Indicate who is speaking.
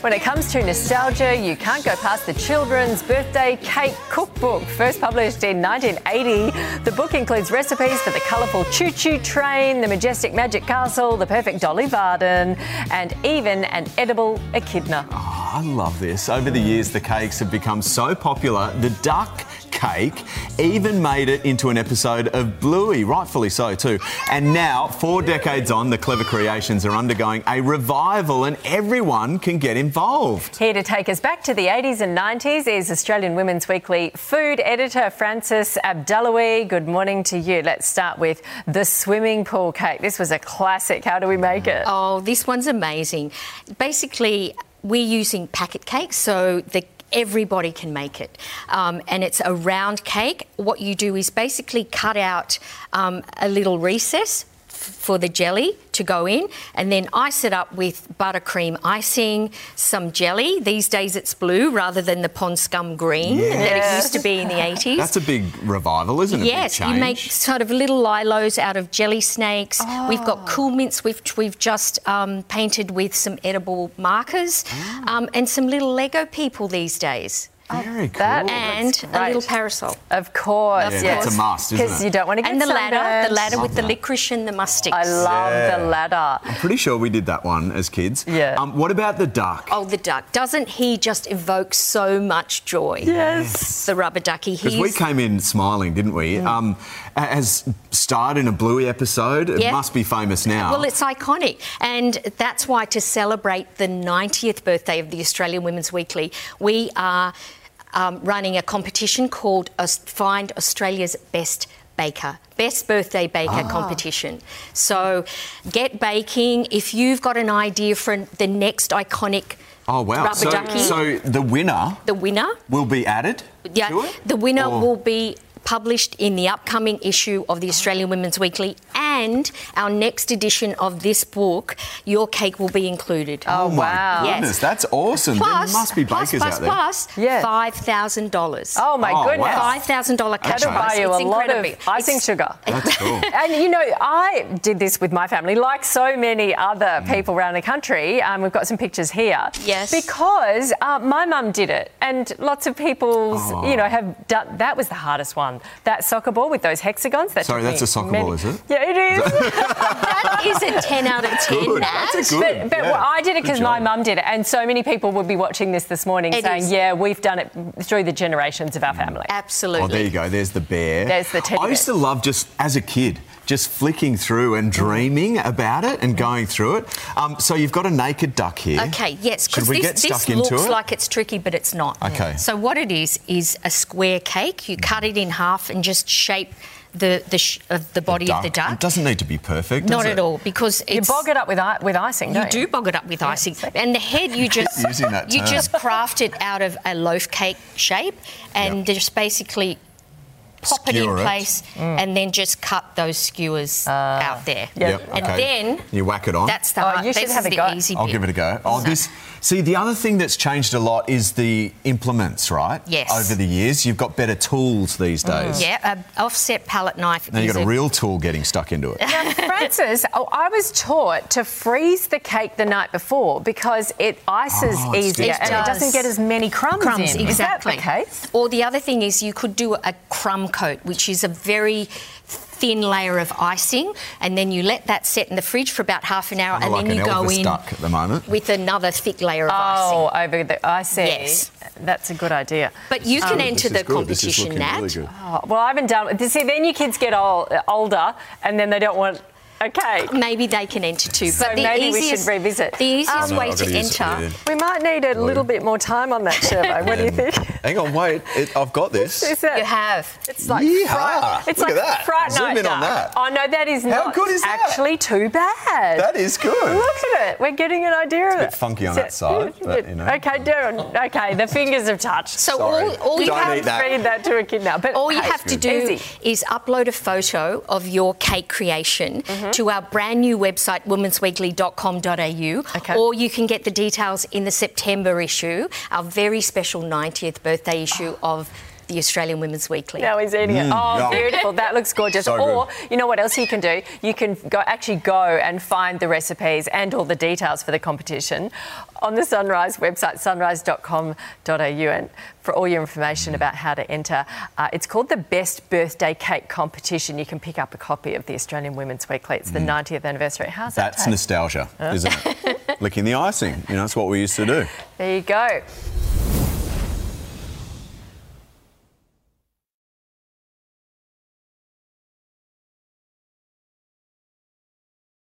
Speaker 1: When it comes to nostalgia, you can't go past the Children's Birthday Cake Cookbook. First published in 1980, the book includes recipes for the colourful choo choo train, the majestic magic castle, the perfect Dolly Varden, and even an edible echidna.
Speaker 2: I love this. Over the years, the cakes have become so popular. The duck cake even made it into an episode of Bluey, rightfully so, too. And now, four decades on, the clever creations are undergoing a revival and everyone can get involved.
Speaker 1: Here to take us back to the 80s and 90s is Australian Women's Weekly food editor Frances Abdullawi. Good morning to you. Let's start with the swimming pool cake. This was a classic. How do we make it?
Speaker 3: Oh, this one's amazing. Basically, we're using packet cakes, so the everybody can make it. Um, and it's a round cake. What you do is basically cut out um, a little recess f- for the jelly to go in and then ice it up with buttercream icing some jelly these days it's blue rather than the pond scum green that it
Speaker 2: Yes.
Speaker 3: used to be in the 80s
Speaker 2: That's a big revival, isn't it? Big
Speaker 3: Yes, you make
Speaker 2: change.
Speaker 3: sort of little lilos out of jelly snakes. We've
Speaker 2: Oh.
Speaker 3: got cool mints, which we've just um, painted with some edible markers,
Speaker 2: Ah.
Speaker 3: um, and some little Lego people these days,
Speaker 2: Very cool.
Speaker 1: that-
Speaker 3: and a
Speaker 1: great.
Speaker 3: little parasol.
Speaker 1: Of course,
Speaker 3: Of
Speaker 1: yes.
Speaker 3: Yeah, that's a
Speaker 2: must, isn't
Speaker 1: Because
Speaker 2: it?
Speaker 1: you don't want to get
Speaker 3: And the ladder, the
Speaker 1: sunburned.
Speaker 3: ladder with the
Speaker 2: Love that.
Speaker 3: licorice and the mustics.
Speaker 1: I love the
Speaker 2: Yeah.
Speaker 1: ladder.
Speaker 2: I'm pretty sure we did that one as kids.
Speaker 1: Yeah.
Speaker 2: Um, what about the duck?
Speaker 3: Oh, the duck. Doesn't he just evoke so much joy?
Speaker 1: Yes.
Speaker 3: The rubber ducky. He's
Speaker 2: Because we came in smiling, didn't we? Um, a- as starred in a Bluey episode, it
Speaker 3: Yeah.
Speaker 2: must be famous now.
Speaker 3: Well, it's iconic. And that's why to celebrate the 90th birthday of the Australian Women's Weekly, we are um, running a competition called Aus- Find Australia's Best Baker. Best birthday baker competition. So get baking. If you've got an idea for the next iconic
Speaker 2: oh wow!
Speaker 3: rubber
Speaker 2: So,
Speaker 3: ducky,
Speaker 2: so the winner
Speaker 3: the winner,
Speaker 2: will be added.
Speaker 3: yeah,
Speaker 2: to it? Oh,
Speaker 3: the winner
Speaker 2: Or-
Speaker 3: will be published in the upcoming issue of the Australian Women's Weekly and our next edition of this book. Your cake will be included.
Speaker 1: Oh,
Speaker 2: My
Speaker 1: wow.
Speaker 3: Yeah.
Speaker 2: goodness, that's awesome.
Speaker 3: Plus,
Speaker 2: there must be
Speaker 3: plus,
Speaker 2: bakers
Speaker 3: plus,
Speaker 2: out there.
Speaker 3: plus,
Speaker 1: Yeah.
Speaker 3: five thousand dollars.
Speaker 1: Oh my
Speaker 2: Oh,
Speaker 1: goodness.
Speaker 2: wow.
Speaker 3: Five thousand dollar cash
Speaker 1: That'll
Speaker 3: prize.
Speaker 1: buy you
Speaker 3: It's
Speaker 1: a lot of
Speaker 3: incredible.
Speaker 1: icing
Speaker 3: It's-
Speaker 1: sugar.
Speaker 2: That's cool. Oh,
Speaker 1: And you know, I did this with my family, like so many
Speaker 2: Mm.
Speaker 1: other people around the country. Um, we've got some pictures here.
Speaker 3: Yes.
Speaker 1: Because uh, my mum did it, and lots of people's,
Speaker 2: Oh.
Speaker 1: you know, have done. That was the hardest one. That soccer ball with those hexagons. That
Speaker 2: Sorry,
Speaker 1: took
Speaker 2: that's
Speaker 1: me
Speaker 2: a soccer
Speaker 1: many-
Speaker 2: ball, is it?
Speaker 1: Yeah, it is.
Speaker 3: That is a ten out of ten.
Speaker 2: Good.
Speaker 3: Nat.
Speaker 2: That's a good.
Speaker 1: But, but
Speaker 2: yeah.
Speaker 1: well, I did it
Speaker 2: Good
Speaker 1: because my
Speaker 2: job.
Speaker 1: mum did it, and so many people would be watching this this morning
Speaker 3: It
Speaker 1: saying,
Speaker 3: is-
Speaker 1: "Yeah, we've done it through the generations of our family."
Speaker 3: Absolutely.
Speaker 2: Oh, there you go. There's the bear.
Speaker 1: There's the teddy
Speaker 2: I used to
Speaker 1: bear.
Speaker 2: love just as a kid, just flicking through and dreaming about it and going through it. Um, so you've got a naked duck here.
Speaker 3: Okay, yes,
Speaker 2: Should
Speaker 3: because
Speaker 2: we
Speaker 3: this,
Speaker 2: get
Speaker 3: this
Speaker 2: stuck
Speaker 3: looks
Speaker 2: into it?
Speaker 3: like it's tricky, but it's not.
Speaker 2: Okay.
Speaker 3: So what it is is a square cake. You cut it in half and just shape the the sh- of the body of the duck.
Speaker 2: It doesn't need to be perfect.
Speaker 3: not
Speaker 2: does
Speaker 3: at
Speaker 2: it?
Speaker 3: all because
Speaker 1: You
Speaker 3: it's
Speaker 1: bog it up with i- with icing,
Speaker 3: you
Speaker 1: don't you?
Speaker 3: do bog it up with icing, and the head you just
Speaker 2: using that
Speaker 3: you
Speaker 2: term.
Speaker 3: just craft it out of a loaf cake shape, and
Speaker 2: Yep.
Speaker 3: just basically pop it
Speaker 2: Skewer
Speaker 3: in
Speaker 2: it.
Speaker 3: place, and then just cut those skewers out there.
Speaker 1: Mm. Uh, Yeah.
Speaker 2: Yep,
Speaker 3: And
Speaker 2: okay.
Speaker 3: then
Speaker 2: you whack it on.
Speaker 3: That's the
Speaker 1: Oh,
Speaker 3: hard.
Speaker 1: you should
Speaker 3: this
Speaker 1: have
Speaker 3: is
Speaker 1: a
Speaker 3: the
Speaker 1: go.
Speaker 3: easy
Speaker 2: I'll
Speaker 3: bit.
Speaker 2: give it a go. Oh, this. See, the other thing that's changed a lot is the implements, right?
Speaker 3: Yes. Mm-hmm.
Speaker 2: Over the years, you've got better tools these days.
Speaker 3: Yeah, an offset palette knife.
Speaker 2: Now you've
Speaker 3: is
Speaker 2: got a real tool getting stuck into it.
Speaker 1: Now, Francis, oh, I was taught to freeze the cake the night before because it ices
Speaker 2: Oh, it's
Speaker 1: easier
Speaker 2: different.
Speaker 1: and it doesn't get as many crumbs,
Speaker 3: crumbs.
Speaker 1: in.
Speaker 3: Exactly.
Speaker 1: Is that the case?
Speaker 3: Or the other thing is you could do a crumb coat, which is a very thin layer of icing, and then you let that set in the fridge for about half an hour,
Speaker 2: Kinda
Speaker 3: and
Speaker 2: like
Speaker 3: then you
Speaker 2: an
Speaker 3: go
Speaker 2: Elvis
Speaker 3: in
Speaker 2: duck at the moment.
Speaker 3: with another thick layer of icing.
Speaker 1: Oh, over the I see.
Speaker 3: Yes.
Speaker 1: That's a good idea.
Speaker 3: But you can
Speaker 2: Oh, This
Speaker 3: enter
Speaker 2: is
Speaker 3: the
Speaker 2: good. This is
Speaker 3: competition,
Speaker 2: looking
Speaker 3: Nat.
Speaker 2: really good.
Speaker 1: Oh, well, I haven't done. See, then your kids get old, older, and then they don't want a cake.
Speaker 3: Maybe they can enter too. But the
Speaker 1: maybe we should
Speaker 3: easiest,
Speaker 1: revisit.
Speaker 3: The easiest
Speaker 2: Oh, no,
Speaker 3: way
Speaker 2: I've
Speaker 3: to
Speaker 2: gotta use it,
Speaker 3: enter.
Speaker 2: yeah.
Speaker 1: We might need a little bit more time on that, Sherbo. What do you think?
Speaker 2: Hang on, wait. It, I've got this.
Speaker 1: Is that,
Speaker 3: You have.
Speaker 1: It's like
Speaker 2: Yeehaw.
Speaker 1: fright, it's
Speaker 2: Look
Speaker 1: like
Speaker 2: at that.
Speaker 1: fright
Speaker 2: Zoom
Speaker 1: night
Speaker 2: in on
Speaker 1: Dark.
Speaker 2: that.
Speaker 1: Oh no, that is
Speaker 2: How
Speaker 1: not
Speaker 2: good is that?
Speaker 1: actually too bad.
Speaker 2: That is good.
Speaker 1: Look at it. We're getting an idea of it.
Speaker 2: bit funky on that side, but, you know.
Speaker 1: Okay, Darren. Okay, the fingers have touched.
Speaker 3: So
Speaker 2: Sorry.
Speaker 3: all, all you
Speaker 2: Don't
Speaker 3: have
Speaker 2: eat that.
Speaker 1: Read that to a kid now. But
Speaker 3: All you
Speaker 1: hey, Mm.
Speaker 3: have to do
Speaker 1: easy.
Speaker 3: is upload a photo of your cake creation
Speaker 1: Mm-hmm.
Speaker 3: to our brand new website, womensweekly.com.au,
Speaker 1: Okay.
Speaker 3: or you can get the details in the September issue, our very special 90th birthday issue of the Australian Women's Weekly.
Speaker 1: Now he's eating it.
Speaker 2: Mm,
Speaker 1: Oh,
Speaker 2: yum.
Speaker 1: beautiful. That looks gorgeous.
Speaker 2: So good.
Speaker 1: or, you know what else you can do? You can go actually go and find the recipes and all the details for the competition on the Sunrise website, sunrise.com.au. And for all your information about how to enter, uh, it's called the Best Birthday Cake Competition. You can pick up a copy of the Australian Women's Weekly. It's the 90th anniversary. How's that?
Speaker 2: Mm. That's
Speaker 1: taste?
Speaker 2: nostalgia, isn't it? Licking the icing. You know, that's what we used to do.
Speaker 1: There you go.